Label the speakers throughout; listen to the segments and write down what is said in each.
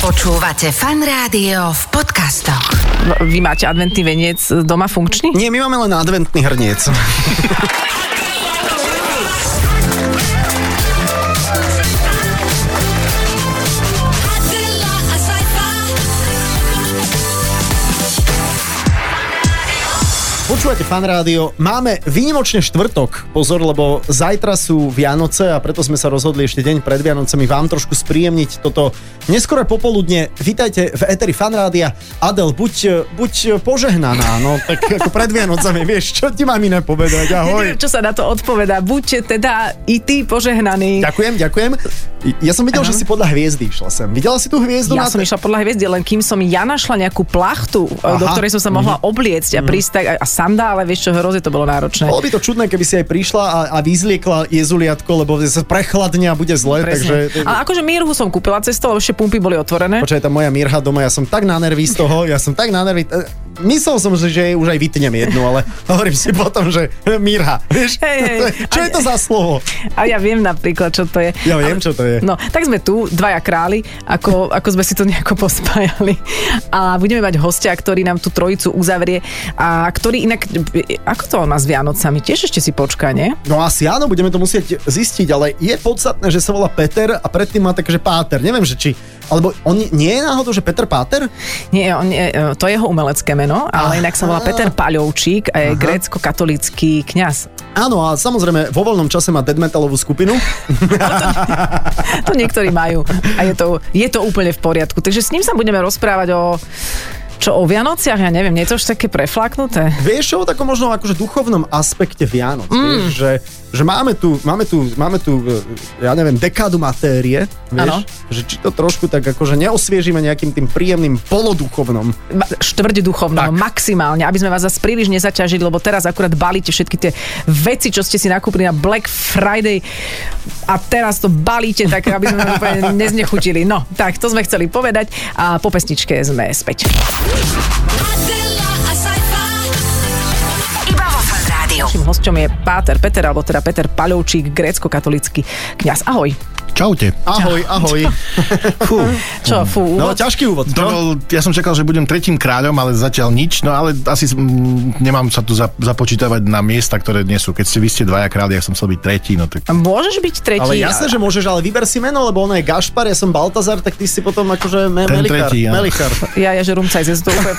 Speaker 1: Počúvate fan rádio v podcastoch.
Speaker 2: V- Vy máte adventný veniec doma funkčný?
Speaker 3: Nie, my máme len adventný hrniec. Počúvate fan rádio, máme výnimočne štvrtok, pozor, lebo zajtra sú Vianoce a preto sme sa rozhodli ešte deň pred Vianocemi vám trošku spríjemniť toto neskoré popoludne. Vítajte v Eteri fan rádia. Adel, buď, buď požehnaná, no tak ako pred Vianocami, vieš, čo ti mám iné povedať, ahoj.
Speaker 2: Neviem, čo sa na to odpovedá. Buďte teda i ty požehnaní.
Speaker 3: Ďakujem, ďakujem. Ja som videl,
Speaker 2: Aha.
Speaker 3: že si podľa hviezdy išla sem. Videla si tú hviezdu?
Speaker 2: Ja
Speaker 3: na
Speaker 2: som
Speaker 3: te-
Speaker 2: išla podľa hviezdy, len kým som ja našla nejakú plachtu, Aha.
Speaker 3: Aha. Mhm.
Speaker 2: do ktorej som sa mohla obliecť a prísť tak, a- a sandále, vieš čo, hroze to bolo náročné.
Speaker 3: Bolo by to čudné, keby si aj prišla a, a vyzliekla jezuliatko, lebo sa prechladne a bude zle,
Speaker 2: Presne.
Speaker 3: takže...
Speaker 2: A akože mírhu som kúpila cestou, lebo ešte pumpy boli otvorené.
Speaker 3: Počkaj, tá moja Mirha doma, ja som tak na nervy z toho, ja som tak na nervy... e, Myslel som, že, že jej už aj vytnem jednu, ale hovorím si potom, že e, Mirha, vieš?
Speaker 2: Hej, hej.
Speaker 3: Čo je to za slovo?
Speaker 2: A ja viem napríklad, čo to je.
Speaker 3: Ja viem, čo to je.
Speaker 2: No, tak sme tu, dvaja králi, ako, ako sme si to nejako pospájali. A budeme mať hostia, ktorý nám tú trojicu uzavrie a ktorý inak, ako to on má s Vianocami? Tiež ešte si počká, nie?
Speaker 3: No asi áno, budeme to musieť zistiť, ale je podstatné, že sa volá Peter a predtým má také, že Páter. Neviem, že či... Alebo on nie je náhodou, že Peter Páter?
Speaker 2: Nie, on je, e, to je jeho umelecké meno, ale
Speaker 3: Aha.
Speaker 2: inak sa volá Peter Paľovčík a je grécko-katolický kňaz.
Speaker 3: Áno, a samozrejme, vo voľnom čase má dead metalovú skupinu.
Speaker 2: To niektorí majú a je to, je to úplne v poriadku. Takže s ním sa budeme rozprávať o čo o Vianociach, ja neviem, nie je to už také preflaknuté?
Speaker 3: Vieš čo, o takom možno akože duchovnom aspekte Vianoc, mm. vieš, že, že máme, tu, máme, tu, máme tu, e, ja neviem, dekádu matérie,
Speaker 2: Áno.
Speaker 3: vieš, že či to trošku tak akože neosviežime nejakým tým príjemným poloduchovnom.
Speaker 2: Ma- štvrť duchovno,
Speaker 3: Tak.
Speaker 2: maximálne, aby sme vás zase príliš nezaťažili, lebo teraz akurát balíte všetky tie veci, čo ste si nakúpili na Black Friday a teraz to balíte tak, aby sme vás úplne neznechutili. No, tak to sme chceli povedať a po pesničke sme späť.
Speaker 1: Iba vo fan rádiu.
Speaker 2: Našim hosťom je Páter Peter, alebo teda Peter Paľovčík, grécko-katolický kňaz. Ahoj.
Speaker 4: Čaute.
Speaker 3: Ahoj, ahoj.
Speaker 4: Fú,
Speaker 2: Čo, fú, úvod?
Speaker 3: No, ťažký úvod,
Speaker 4: to
Speaker 3: čo?
Speaker 4: bol, ja som čakal, že budem tretím kráľom, ale zatiaľ nič. No ale asi mm, nemám sa tu za, započítavať na miesta, ktoré nie sú. Keď ste vy ste dvaja králi, ja som chcel byť tretí, no tak...
Speaker 2: Môžeš byť tretí.
Speaker 3: Ale jasné, že môžeš, ale vyber si meno, lebo ono je Gašpar, ja som Baltazar, tak ty si potom akože me-
Speaker 4: Ten
Speaker 3: Melikar.
Speaker 4: tretí, áno.
Speaker 3: Melikar.
Speaker 2: Ja, ja, že rumcaj zjes to úplne...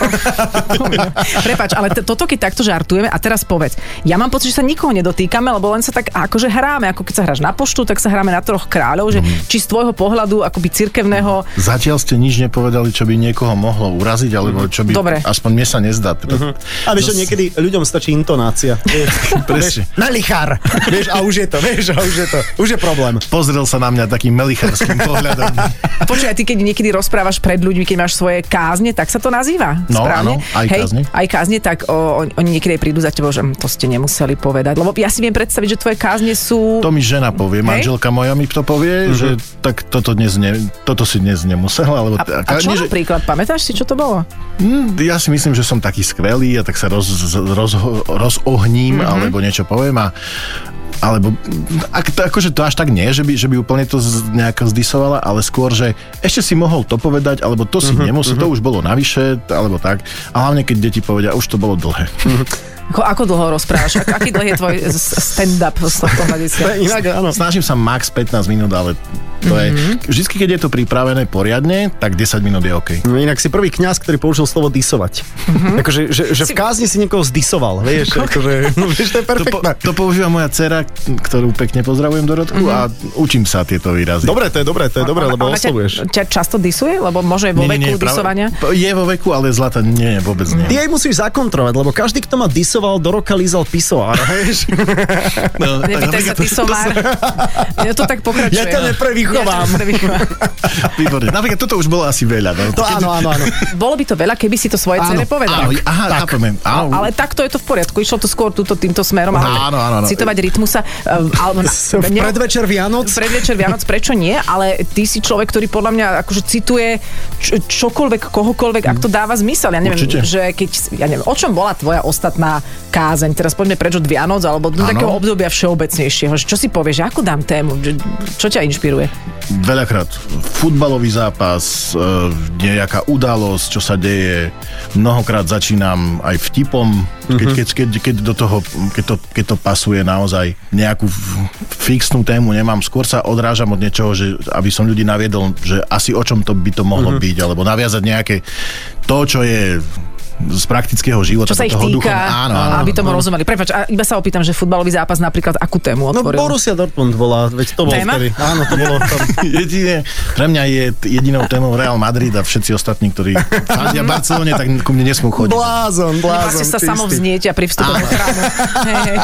Speaker 2: Prepač, ale t- toto keď takto žartujeme a teraz povedz. Ja mám pocit, že sa nikoho nedotýkame, lebo len sa tak akože hráme, ako keď sa hráš na poštu, tak sa hráme na troch kráľov, že
Speaker 4: Mhm.
Speaker 2: či z tvojho pohľadu akoby cirkevného
Speaker 4: Zatiaľ ste nič nepovedali, čo by niekoho mohlo uraziť, alebo čo by...
Speaker 2: Mhm. Dobre. Mhm.
Speaker 4: Aspoň mne sa nezdá. Teda.
Speaker 3: A vieš, že niekedy ľuďom stačí intonácia. Vieš,
Speaker 4: Presne.
Speaker 3: vieš, Melichar. Vieš, a už je to, vieš, a už je to. Už je problém.
Speaker 4: Pozrel sa na mňa takým melichárským pohľadom.
Speaker 2: Počúvaj, ty keď niekedy rozprávaš pred ľuďmi, keď máš svoje kázne, tak sa to nazýva.
Speaker 4: No,
Speaker 2: správne?
Speaker 4: áno, aj
Speaker 2: Hej,
Speaker 4: kázne.
Speaker 2: Aj kázne, tak o, on- oni niekedy aj prídu za tebou, že "Mm, to ste nemuseli povedať. Lebo ja si viem predstaviť, že tvoje kázne sú...
Speaker 4: To mi žena povie,
Speaker 2: Hej. Mhm.
Speaker 4: manželka moja mi to povie, že tak toto, dnes ne, toto si dnes nemusela. Alebo
Speaker 2: A,
Speaker 4: tak,
Speaker 2: a čo
Speaker 4: nie, že-
Speaker 2: napríklad? Pamätáš si, čo to bolo?
Speaker 4: Mm, Ja si myslím, že som taký skvelý a tak sa roz, roz, rozohním
Speaker 3: Mhm.
Speaker 4: mm-hmm. alebo niečo poviem a alebo, ak, to, akože to až tak nie, že by, že by úplne to z, nejako zdisovala, ale skôr, že ešte si mohol to povedať, alebo to si
Speaker 3: Mhm,
Speaker 4: nemusel, to už bolo navyše, t- alebo tak. A hlavne, keď deti povedia, už to bolo dlhé.
Speaker 3: Mhm.
Speaker 2: Ako, ako dlho rozprávaš? Ak, aký dlhý je tvoj s- s- stand-up z tohto hľadiska?
Speaker 3: To je Inak, áno.
Speaker 4: Snažím sa max 15 minút, ale to
Speaker 3: Mhm.
Speaker 4: je... Vždycky, keď je to pripravené poriadne, tak 10 minút je OK.
Speaker 3: No Inak si prvý kňaz, ktorý použil slovo disovať. Mm-hmm. Akože, že, že
Speaker 2: Si-
Speaker 3: v kázni si niekoho zdisoval, vieš, akože, no, vieš, to je
Speaker 4: To, po,
Speaker 3: perfektné.
Speaker 4: to používa moja dcera, ktorú pekne pozdravujem Dorotku mm-hmm. a učím sa tieto výrazy.
Speaker 3: Mhm. Dobre, to je dobré, to je dobré,
Speaker 2: Ona-
Speaker 3: lebo
Speaker 2: ona ťa-
Speaker 3: oslovuješ.
Speaker 2: Ťa často disuje? Lebo môže vo veku
Speaker 4: práve-
Speaker 2: disovania?
Speaker 4: Je vo veku, ale zlata nie, vôbec nie.
Speaker 3: Ty jej musíš zakontrovať, lebo každý, kto ma disoval, do roka lízal pisoár, vieš?
Speaker 4: No, tak
Speaker 2: Nepýtaj sa
Speaker 4: napríklad-
Speaker 2: disovár. Ja to tak pokračuje.
Speaker 3: Ja ťa
Speaker 2: no. Ja ťa
Speaker 3: neprevychovám.
Speaker 2: neprevychovám.
Speaker 4: Výborne. Napríklad toto už bolo asi veľa. No.
Speaker 3: To áno, áno, áno.
Speaker 2: Bolo by to veľa, keby si to svoje
Speaker 4: áno,
Speaker 2: cene povedal.
Speaker 4: áno, aha, tak. chápeme. Áno,
Speaker 2: Ale takto je to v poriadku. Išlo to skôr túto, týmto smerom. ale
Speaker 4: Áno, áno, áno.
Speaker 2: Citovať rytmusa. Um, alebo na,
Speaker 3: V
Speaker 2: ne-
Speaker 3: predvečer Vianoc.
Speaker 2: predvečer Vianoc, prečo nie? Ale ty si človek, ktorý podľa mňa akože cituje č- čokoľvek, kohokoľvek, ak to dáva zmysel. Ja neviem,
Speaker 4: Mm. Určite.
Speaker 2: že keď, ja neviem, o čom bola tvoja ostatná kázeň. Teraz poďme preč od Vianoc alebo do
Speaker 4: Áno.
Speaker 2: takého obdobia všeobecnejšieho. Že Čo si povieš, že ako dám tému? Že- Čo ťa inšpiruje?
Speaker 4: Veľakrát futbalový zápas, e, nejaká udalosť, čo sa deje. Mnohokrát začínam aj vtipom, keď,
Speaker 2: Mhm.
Speaker 4: keď, keď, keď, do toho, keď, to, keď to pasuje naozaj. Nejakú f- fixnú tému nemám. Skôr sa odrážam od niečoho, že, aby som ľudí naviedol, že asi o čom to by to mohlo
Speaker 2: Mhm.
Speaker 4: byť, alebo naviazať nejaké to, čo je z praktického života.
Speaker 2: Čo sa
Speaker 4: do
Speaker 2: ich
Speaker 4: toho
Speaker 2: týka,
Speaker 4: duchom. Áno, áno,
Speaker 2: aby
Speaker 4: áno.
Speaker 2: tomu rozumeli. Prepač, a iba sa opýtam, že futbalový zápas napríklad akú tému
Speaker 3: No
Speaker 2: otvoril?
Speaker 3: Borussia Dortmund bola, veď to bolo
Speaker 2: Téma?
Speaker 3: vtedy. Áno, to bolo tam.
Speaker 4: Jedine, pre mňa je t- jedinou témou Real Madrid a všetci ostatní, ktorí fandia Barcelone, tak ku mne nesmú chodiť.
Speaker 3: Blázon, blázon.
Speaker 2: Vlastne sa
Speaker 3: čistý.
Speaker 2: samovznieť a pri vstupe do chrámu. Hej, hej.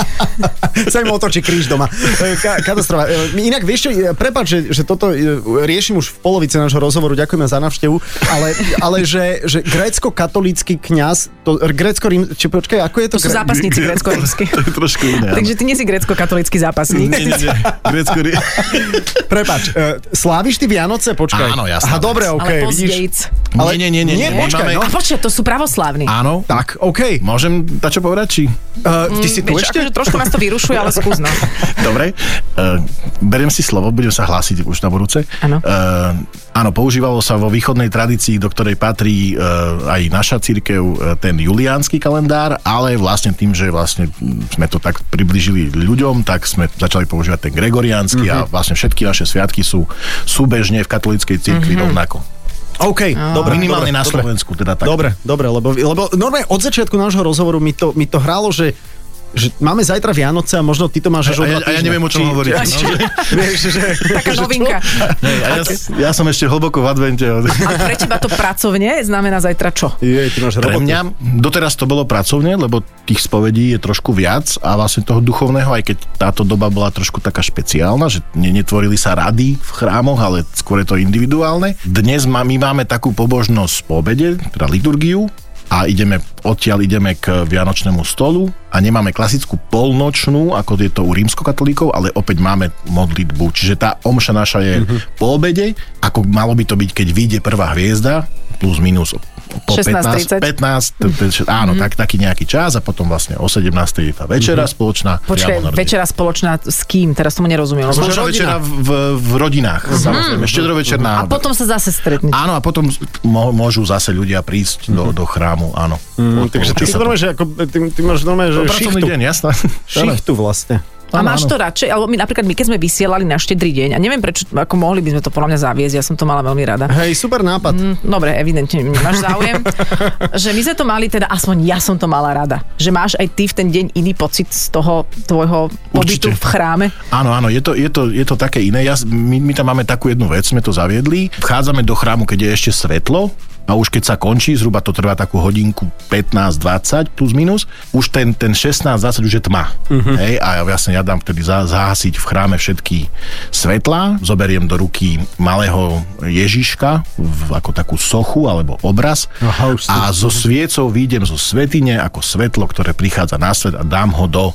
Speaker 3: sa im otočí kríž doma. E, Ka- katastrofa. E, Inak vieš čo, e, prepáč, že, že toto e, riešim už v polovici nášho rozhovoru, ďakujeme za návštevu, ale, ale že, že grécko-katolícky kňaz, to er, grécko-rím, či počkaj, ako je to?
Speaker 2: To sú
Speaker 3: gré-
Speaker 2: zápasníci grécko-rímsky.
Speaker 4: To je trošku iné. áno.
Speaker 2: Takže ty nie si grécko-katolický
Speaker 4: Nie,
Speaker 2: zápasník.
Speaker 4: nie, nie. Grécko, ri-
Speaker 3: Prepáč, e, sláviš ty Vianoce? Počkaj.
Speaker 4: Áno, ja
Speaker 3: Aha,
Speaker 4: slávim.
Speaker 3: dobre,
Speaker 2: Ale
Speaker 3: okej, vidíš.
Speaker 2: pozdejc.
Speaker 4: Nie, nie, nie, nie,
Speaker 3: nie,
Speaker 4: nie,
Speaker 3: počkaj,
Speaker 4: máme-
Speaker 3: no.
Speaker 2: A počkaj, to sú pravoslávni.
Speaker 4: Áno, tak.
Speaker 3: Tak, okej.
Speaker 4: Môžem na čo povedať, či...
Speaker 3: Uh, ty si tu
Speaker 2: Vieš,
Speaker 3: ešte?
Speaker 2: akože trošku nás to vyrušuje, ale skús no.
Speaker 4: Dobre, uh, beriem si slovo, budem sa hlásiť už na budúce.
Speaker 2: Áno.
Speaker 4: Uh, áno, používalo sa vo východnej tradícii, do ktorej patrí uh, aj naša církev, uh, ten juliánsky kalendár, ale vlastne tým, že vlastne mm, sme to tak približili ľuďom, tak sme začali používať ten gregoriánsky
Speaker 3: Mhm.
Speaker 4: mm-hmm. a vlastne všetky naše sviatky sú súbežne v katolíckej církvi mm-hmm. rovnako.
Speaker 3: OK, Mhm.
Speaker 2: No.
Speaker 3: dobre.
Speaker 4: Minimálne
Speaker 3: dobre,
Speaker 4: na
Speaker 3: dobre.
Speaker 4: Slovensku teda tak.
Speaker 3: Dobre, dobre, lebo, lebo normálne od začiatku nášho rozhovoru mi to, mi to hralo, že že máme zajtra Vianoce a možno ty to máš až
Speaker 4: A
Speaker 3: o dva
Speaker 4: ja, a ja
Speaker 3: týždne.
Speaker 4: neviem, o čom
Speaker 3: Či-
Speaker 4: hovoríte.
Speaker 3: či-
Speaker 4: no.
Speaker 3: Vieš, že...
Speaker 2: Taká novinka.
Speaker 4: Nie, a ja, s- ja som ešte hlboko v advente.
Speaker 2: A pre teba to pracovne znamená zajtra čo?
Speaker 3: Je, ty máš
Speaker 4: Pre
Speaker 3: robotu.
Speaker 4: mňa doteraz to bolo pracovne, lebo tých spovedí je trošku viac a vlastne toho duchovného, aj keď táto doba bola trošku taká špeciálna, že ne- netvorili sa rady v chrámoch, ale skôr je to individuálne. Dnes má, my máme takú pobožnosť po obede, teda liturgiu, a ideme, odtiaľ ideme k Vianočnému stolu a nemáme klasickú polnočnú, ako je to u rímskokatolíkov, ale opäť máme modlitbu. Čiže tá omša naša je po obede, ako malo by to byť, keď vyjde prvá hviezda, plus minus po
Speaker 2: 16.30.
Speaker 4: 15, 15, t-
Speaker 2: Mhm.
Speaker 4: t- áno, tak, taký nejaký čas a potom vlastne o 17. je tá večera spoločná. priamo na
Speaker 2: Počkaj,
Speaker 4: rodine.
Speaker 2: večera spoločná s kým? Teraz tomu nerozumiem. lebo-
Speaker 4: No, Spoločná večera v, v, v rodinách, samozrejme, štedrovečerná.
Speaker 2: Mhm. A potom sa zase stretnú.
Speaker 4: Áno, a potom mo- môžu zase ľudia prísť do,
Speaker 2: Mhm.
Speaker 4: do chrámu, áno.
Speaker 3: Mm, takže ty si normálne, že ako, ty, ty máš normálne, že
Speaker 4: Pracovný
Speaker 3: šichtu.
Speaker 4: deň, jasná.
Speaker 3: Šichtu vlastne.
Speaker 2: A máš to radšej, alebo my, napríklad my, keď sme vysielali na štedrý deň, a neviem prečo, ako mohli by sme to podľa mňa zaviesť, ja som to mala veľmi rada.
Speaker 3: Hej, super nápad.
Speaker 2: Mm, Dobre, evidentne nemáš záujem. že my sme to mali, teda aspoň ja som to mala rada. Že máš aj ty v ten deň iný pocit z toho tvojho pobytu
Speaker 4: Určite.
Speaker 2: v chráme.
Speaker 4: Áno, áno, je to, je to, je to také iné. Ja, my, my tam máme takú jednu vec, sme to zaviedli. Vchádzame do chrámu, keď je ešte svetlo a už keď sa končí, zhruba to trvá takú hodinku 15-20 plus minus, už ten, ten 16-20 už je tma. Uh-huh. Hej, a ja vlastne ja dám vtedy za, zahasiť v chráme všetky svetlá, zoberiem do ruky malého Ježiška v, ako takú sochu alebo obraz
Speaker 3: Aha, už si-
Speaker 4: a so sviecou výjdem zo svetine ako svetlo, ktoré prichádza na svet a dám ho do e,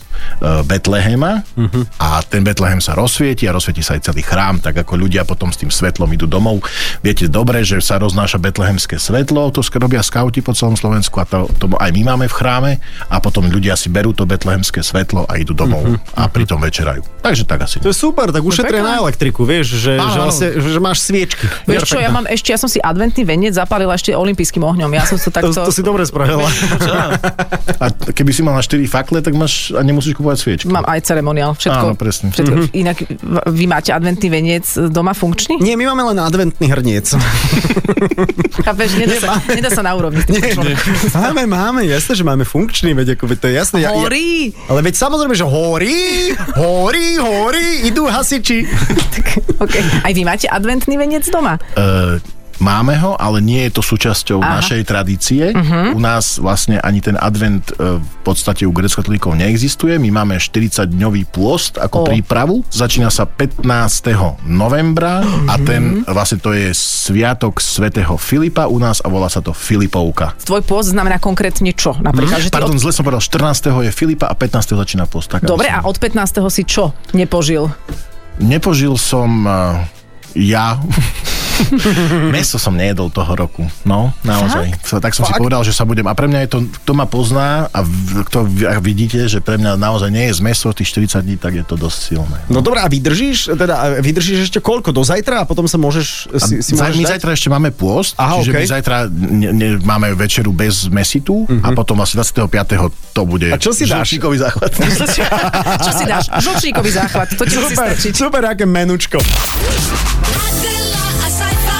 Speaker 4: Betlehema uh-huh. a ten Betlehem sa rozsvieti a rozsvieti sa aj celý chrám, tak ako ľudia potom s tým svetlom idú domov. Viete dobre, že sa roznáša betlehemské svetlo, to sk- robia skauti po celom Slovensku a to, to aj my máme v chráme a potom ľudia si berú to betlehemské svetlo a idú domov uh-huh. a pritom večerajú. Takže tak asi.
Speaker 3: To je super, tak ušetria
Speaker 2: pekné.
Speaker 3: na elektriku, vieš, že,
Speaker 4: Áno,
Speaker 3: že,
Speaker 4: áno.
Speaker 3: vlastne, že máš sviečky.
Speaker 2: Vieš čo, ja mám ešte, ja som si adventný venec zapálila ešte olympijským ohňom. Ja som to
Speaker 3: To,
Speaker 2: takto...
Speaker 3: to si dobre spravila.
Speaker 4: A keby si mala 4 fakle, tak máš a nemusíš kupovať sviečky.
Speaker 2: Mám aj ceremoniál, všetko.
Speaker 4: Áno, presne.
Speaker 2: Všetko.
Speaker 3: Mhm.
Speaker 2: Mm-hmm. Inak v- vy máte adventný venec doma funkčný?
Speaker 3: Nie, my máme len adventný hrniec.
Speaker 2: Chápeš, nedá, sa, nedá sa na úrovni. s tým človekom.
Speaker 3: máme, máme, jasné, že máme funkčný, veď ako, veď to je jasné. Ja, ja,
Speaker 2: Horí!
Speaker 3: ale veď samozrejme, že horí, horí, horí, idú hasiči.
Speaker 2: Tak, okay. Aj vy máte adventný venec doma?
Speaker 4: E, máme ho, ale nie je to súčasťou
Speaker 2: Aha. Mhm.
Speaker 4: Aha. našej tradície. Uh-huh. U nás vlastne ani ten advent e, v podstate u grecko-katolíkov neexistuje. My máme 40-dňový pôst
Speaker 2: O.
Speaker 4: ako prípravu. Začína sa 15. novembra a
Speaker 2: Mhm.
Speaker 4: ten vlastne to je sviatok svätého Filipa u nás a volá sa to Filipovka.
Speaker 2: Tvoj pôst znamená konkrétne čo?
Speaker 3: Mhm.
Speaker 2: Napríklad, že ty
Speaker 4: Pardon,
Speaker 2: od...
Speaker 4: zle som povedal, 14. je Filipa a 15. začína pôst. Tak, aby
Speaker 2: Dobre, a
Speaker 4: som-
Speaker 2: od 15. si čo nepožil?
Speaker 4: Nepožil som e, eh, ja Meso som nejedol toho roku. No, naozaj. Fakt? Tak som Fakt? si povedal, že sa budem. A pre mňa je to, kto ma pozná a v- kto v- a vidíte, že pre mňa naozaj nie je z meso tých 40 dní, tak je to dosť silné.
Speaker 3: No dobrá, a vydržíš, teda, vydržíš ešte koľko? Do zajtra a potom sa môžeš,
Speaker 4: A
Speaker 3: si, si
Speaker 4: za-
Speaker 3: môžeš
Speaker 4: my
Speaker 3: dať?
Speaker 4: zajtra ešte máme pôst,
Speaker 3: Aha,
Speaker 4: čiže my
Speaker 3: okej.
Speaker 4: zajtra ne, ne, máme večeru bez mesitu uh-huh. a potom vlastne 25. to bude
Speaker 3: Mhm. A čo si dáš?
Speaker 4: žlčíkový záchvat.
Speaker 2: Čo si, čo si dáš? Žlčníkový záchvat, to ti musí
Speaker 3: Super,
Speaker 2: stačiť.
Speaker 3: super, aké menučko.
Speaker 5: Adela, a saiba,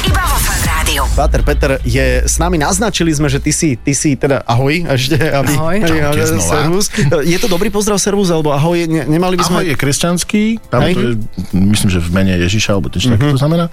Speaker 1: Iba vo Fan Rádiu.
Speaker 3: Páter Peter je s nami, naznačili sme, že ty si, ty si teda ahoj ešte, aby...
Speaker 2: Ahoj.
Speaker 3: Ja,
Speaker 4: Čaute znova.
Speaker 3: servus. Je to dobrý pozdrav servus, alebo ahoj, ne, nemali by sme...
Speaker 4: Ahoj je kresťanský, tam
Speaker 3: Hej.
Speaker 4: to je, myslím, že v mene Ježiša, alebo niečo mm-hmm. také
Speaker 2: Mhm.
Speaker 4: to znamená.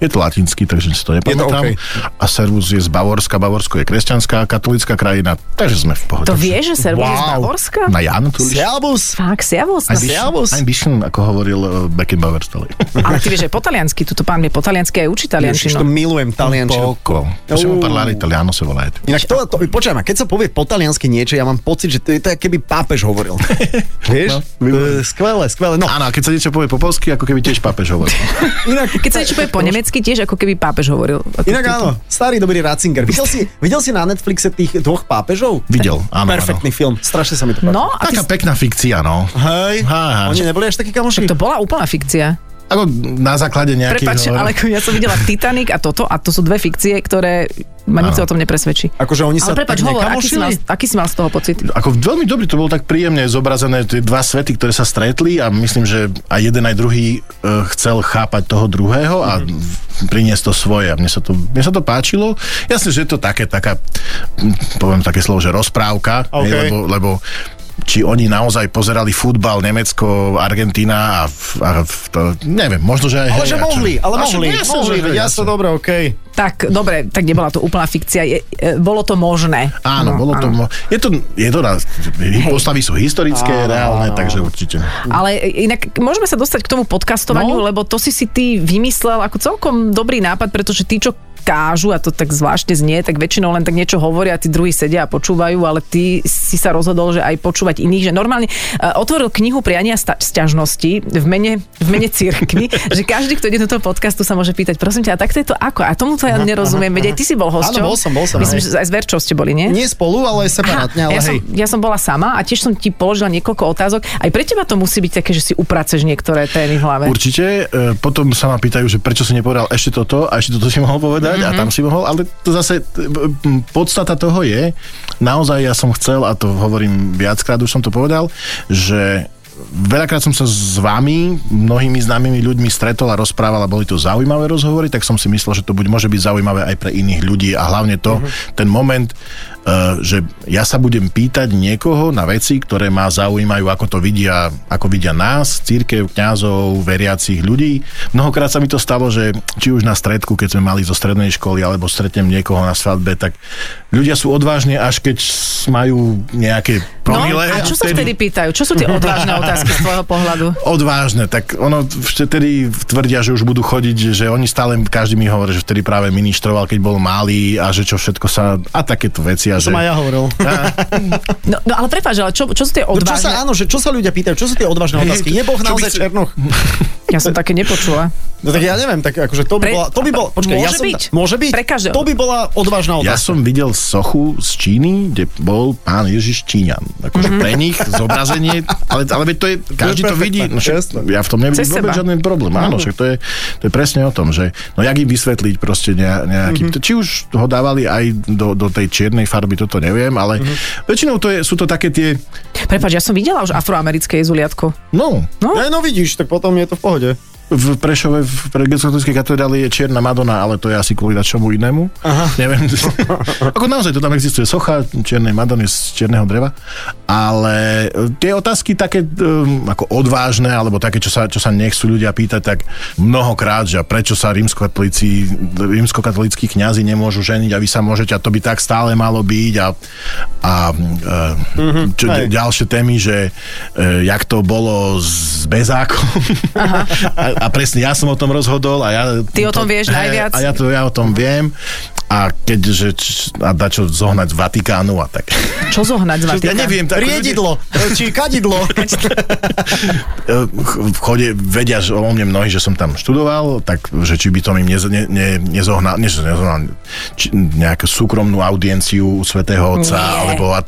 Speaker 4: Je to latinský, takže si to nepamätám.
Speaker 3: okej.
Speaker 4: A Servus je z Bavorska, Bavorsko je kresťanská, katolická krajina, takže sme v pohode.
Speaker 2: To vieš, že servus wow. z
Speaker 3: Wow.
Speaker 2: Bavorska?
Speaker 4: Na Jan tu
Speaker 3: Servus!
Speaker 2: Fakt, servus.
Speaker 4: Ein
Speaker 2: no.
Speaker 4: bisschen,
Speaker 3: Servus.
Speaker 4: ein bisschen, ako hovoril eh, Beckenbauer stále.
Speaker 2: Ale ty vieš, že po taliansky, tuto pán vie po taliansky aj uči
Speaker 3: Ježiš, to
Speaker 2: taliančinu.
Speaker 3: milujem, taliančinu.
Speaker 4: Poco. Possiamo
Speaker 3: Uh.
Speaker 4: parlare italiano se volete.
Speaker 3: Inak to, to, počujem, a keď sa povie po taliansky niečo, ja mám pocit, že to je tak, keby pápež hovoril. Vieš? No, skvelé, skvelé. No,
Speaker 4: Áno, a keď sa niečo povie po polsky, ako keby tiež pápež hovoril.
Speaker 3: inak,
Speaker 2: Keď sa niečo povie po nemecky, tiež ako keby pápež hovoril. Ako
Speaker 3: inak
Speaker 2: tuto.
Speaker 3: áno, starý dobrý Ratzinger. Videl si, videl si na Netflixe tých dvoch pápežov?
Speaker 4: Videl, áno,
Speaker 3: Perfektný film, strašne sa mi to páči.
Speaker 2: No, a ty,
Speaker 4: Taká pekná fikcia, no.
Speaker 3: Hej,
Speaker 4: Há, há.
Speaker 3: oni neboli až takí kamoši?
Speaker 2: to bola úplná fikcia.
Speaker 4: Ako na základe
Speaker 2: Prepač,
Speaker 4: nejakých...
Speaker 2: ale ako ja som videla Titanic a toto a to sú dve fikcie, ktoré ma nikto o tom nepresvedčí.
Speaker 3: Akože oni
Speaker 2: Ale
Speaker 3: sa
Speaker 2: prepač,
Speaker 3: tak
Speaker 2: hovor, aký si, mal,
Speaker 3: nekamošili?
Speaker 2: aký si mal z toho pocit?
Speaker 4: Ako veľmi dobrý, to bolo tak príjemne zobrazené tie dva svety, ktoré sa stretli a myslím, že aj jeden aj druhý e, chcel chápať toho druhého
Speaker 3: Mhm.
Speaker 4: a mm-hmm. priniesť to svoje. A mne sa to, mne sa to páčilo. Jasne, že je to také, taká, m, poviem také slovo, že rozprávka,
Speaker 3: OK.
Speaker 4: hej, lebo, lebo či oni naozaj pozerali futbal Nemecko, Argentína a, v- a v- to, neviem, možno, že aj...
Speaker 3: Ale
Speaker 4: hej,
Speaker 3: že
Speaker 4: a čo-
Speaker 3: mohli, ale
Speaker 4: A však
Speaker 3: mohli,
Speaker 4: jasne,
Speaker 3: mohli,
Speaker 4: že-
Speaker 3: veď jasne, dobre, okej.
Speaker 2: Tak, dobre, tak nebola to úplná fikcia. Je, e, bolo to možné.
Speaker 3: No,
Speaker 4: Áno, bolo to... mo- Je to, je to na, postavy sú historické,
Speaker 3: Áno,
Speaker 4: reálne,
Speaker 3: áno.
Speaker 4: takže určite.
Speaker 2: Mm. Ale inak môžeme sa dostať k tomu podcastovaniu, no?
Speaker 3: No.
Speaker 2: lebo to si si ty vymyslel ako celkom dobrý nápad, pretože tí, čo kážu, a to tak zvláštne znie, tak väčšinou len tak niečo hovoria, tí druhí sedia a počúvajú, ale ty si sa rozhodol, že aj počúvať iných, že normálne e, otvoril knihu priania sta- sťažnosti v mene, v mene cirkvi, že každý, kto ide do toho podcastu, sa môže pýtať, prosím ťa, a tak to je to ako? A tomu to ja nerozumiem, veď aj ty si bol hosťom.
Speaker 3: bol som, bol som,
Speaker 2: Myslím, že
Speaker 3: hej.
Speaker 2: aj z Verčou ste boli, nie?
Speaker 3: Nie spolu, ale separátne, ale
Speaker 2: ja, som,
Speaker 3: hej.
Speaker 2: ja som bola sama a tiež som ti položila niekoľko otázok. Aj pre teba to musí byť také, že si upraceš niektoré témy v hlave.
Speaker 4: Určite, e, potom sa ma pýtajú, že prečo si nepovedal ešte toto a ešte toto si mohol povedať mm-hmm. a tam si mohol, ale to zase t- m, podstata toho je, naozaj ja som chcel, a to hovorím viackrát, už som to povedal, že veľakrát som sa s vami, mnohými známymi ľuďmi stretol a rozprával a boli to zaujímavé rozhovory, tak som si myslel, že to buď môže byť zaujímavé aj pre iných ľudí a hlavne to, mm-hmm. ten moment, e, že ja sa budem pýtať niekoho na veci, ktoré ma zaujímajú, ako to vidia, ako vidia nás, církev, kňazov, veriacich ľudí. Mnohokrát sa mi to stalo, že či už na stredku, keď sme mali zo strednej školy, alebo stretnem niekoho na svadbe, tak ľudia sú odvážne, až keď s- majú nejaké
Speaker 2: no,
Speaker 4: promile.
Speaker 2: a čo sa vtedy pýtajú? Čo sú tie odvážne otázky z tvojho pohľadu?
Speaker 4: Odvážne, tak ono vtedy tvrdia, že už budú chodiť, že oni stále, každý mi hovorí, že vtedy práve ministroval, keď bol malý a že čo všetko sa, a takéto veci. A že...
Speaker 3: Som aj ja hovoril.
Speaker 2: No, no ale prepáč, ale čo, čo sú tie
Speaker 3: No čo sa,
Speaker 2: odvážne?
Speaker 3: áno, že čo sa ľudia pýtajú, čo sú tie odvážne otázky? Je Boh
Speaker 4: čo by
Speaker 3: naozaj
Speaker 4: si-
Speaker 3: Černoch?
Speaker 2: Ja som také nepočula.
Speaker 3: No tak ja neviem, tak akože to by
Speaker 2: Pre-
Speaker 3: bola, to by bola, počkaj, ja
Speaker 2: Môže
Speaker 3: som,
Speaker 2: byť?
Speaker 3: môže byť,
Speaker 2: Pre každého.
Speaker 3: to by bola odvážna
Speaker 4: Ja
Speaker 3: otázka.
Speaker 4: som videl sochu z Číny, kde bol pán Ježiš Číňan. Akože pre nich zobrazenie, ale, ale veď to je, každý
Speaker 3: Mhm.
Speaker 4: to
Speaker 3: perfektné,
Speaker 4: vidí. No, však, ja v tom nevidím
Speaker 2: Cez
Speaker 4: vôbec
Speaker 2: seba.
Speaker 4: žiadny problém. Áno,
Speaker 3: Mhm.
Speaker 4: však to je, to je presne o tom, že no jak im vysvetliť proste ne- nejakým,
Speaker 3: Mhm.
Speaker 4: či už ho dávali aj do, do tej čiernej farby, toto neviem, ale
Speaker 3: Mhm.
Speaker 4: väčšinou to je, sú to také tie,
Speaker 2: Prepáč, ja som videla už afroamerické jezuliatko.
Speaker 4: no,
Speaker 2: No?
Speaker 3: Ja, no vidíš, tak potom je to v pohode.
Speaker 4: v Prešove v pre- grecko-katolíckej katedrále je čierna Madonna, ale to je asi kvôli čomu inému. Aha. Neviem. Ako naozaj to tam existuje socha čiernej Madony z čierneho dreva, ale e, tie otázky také um, ako odvážne, alebo také, čo sa, čo sa nechcú ľudia pýtať, tak mnohokrát, že a prečo sa rímskokatolíci, rímskokatolíckí kňazi nemôžu ženiť a vy sa môžete a to by tak stále malo byť a, a e, čo,
Speaker 3: Mhm, hej.
Speaker 4: ďalšie témy, že e, jak to bolo s bezákom. A, a presne ja som o tom rozhodol a ja...
Speaker 2: Ty o tom vieš
Speaker 4: Hej,
Speaker 2: najviac.
Speaker 4: A ja, to, ja o tom viem. a keďže č- a dá čo zohnať z Vatikánu a tak.
Speaker 2: Čo zohnať z
Speaker 4: Ja
Speaker 2: Vatika?
Speaker 4: neviem, tak
Speaker 3: Riedidlo, e, či kadidlo.
Speaker 4: E, ch- v chode vedia že o mne mnohí, že som tam študoval, tak že či by to im nez, ne, ne, nezohnal, nie, že nezohnal či, nejakú súkromnú audienciu u svätého Otca,
Speaker 2: Nie.
Speaker 4: alebo... A, a,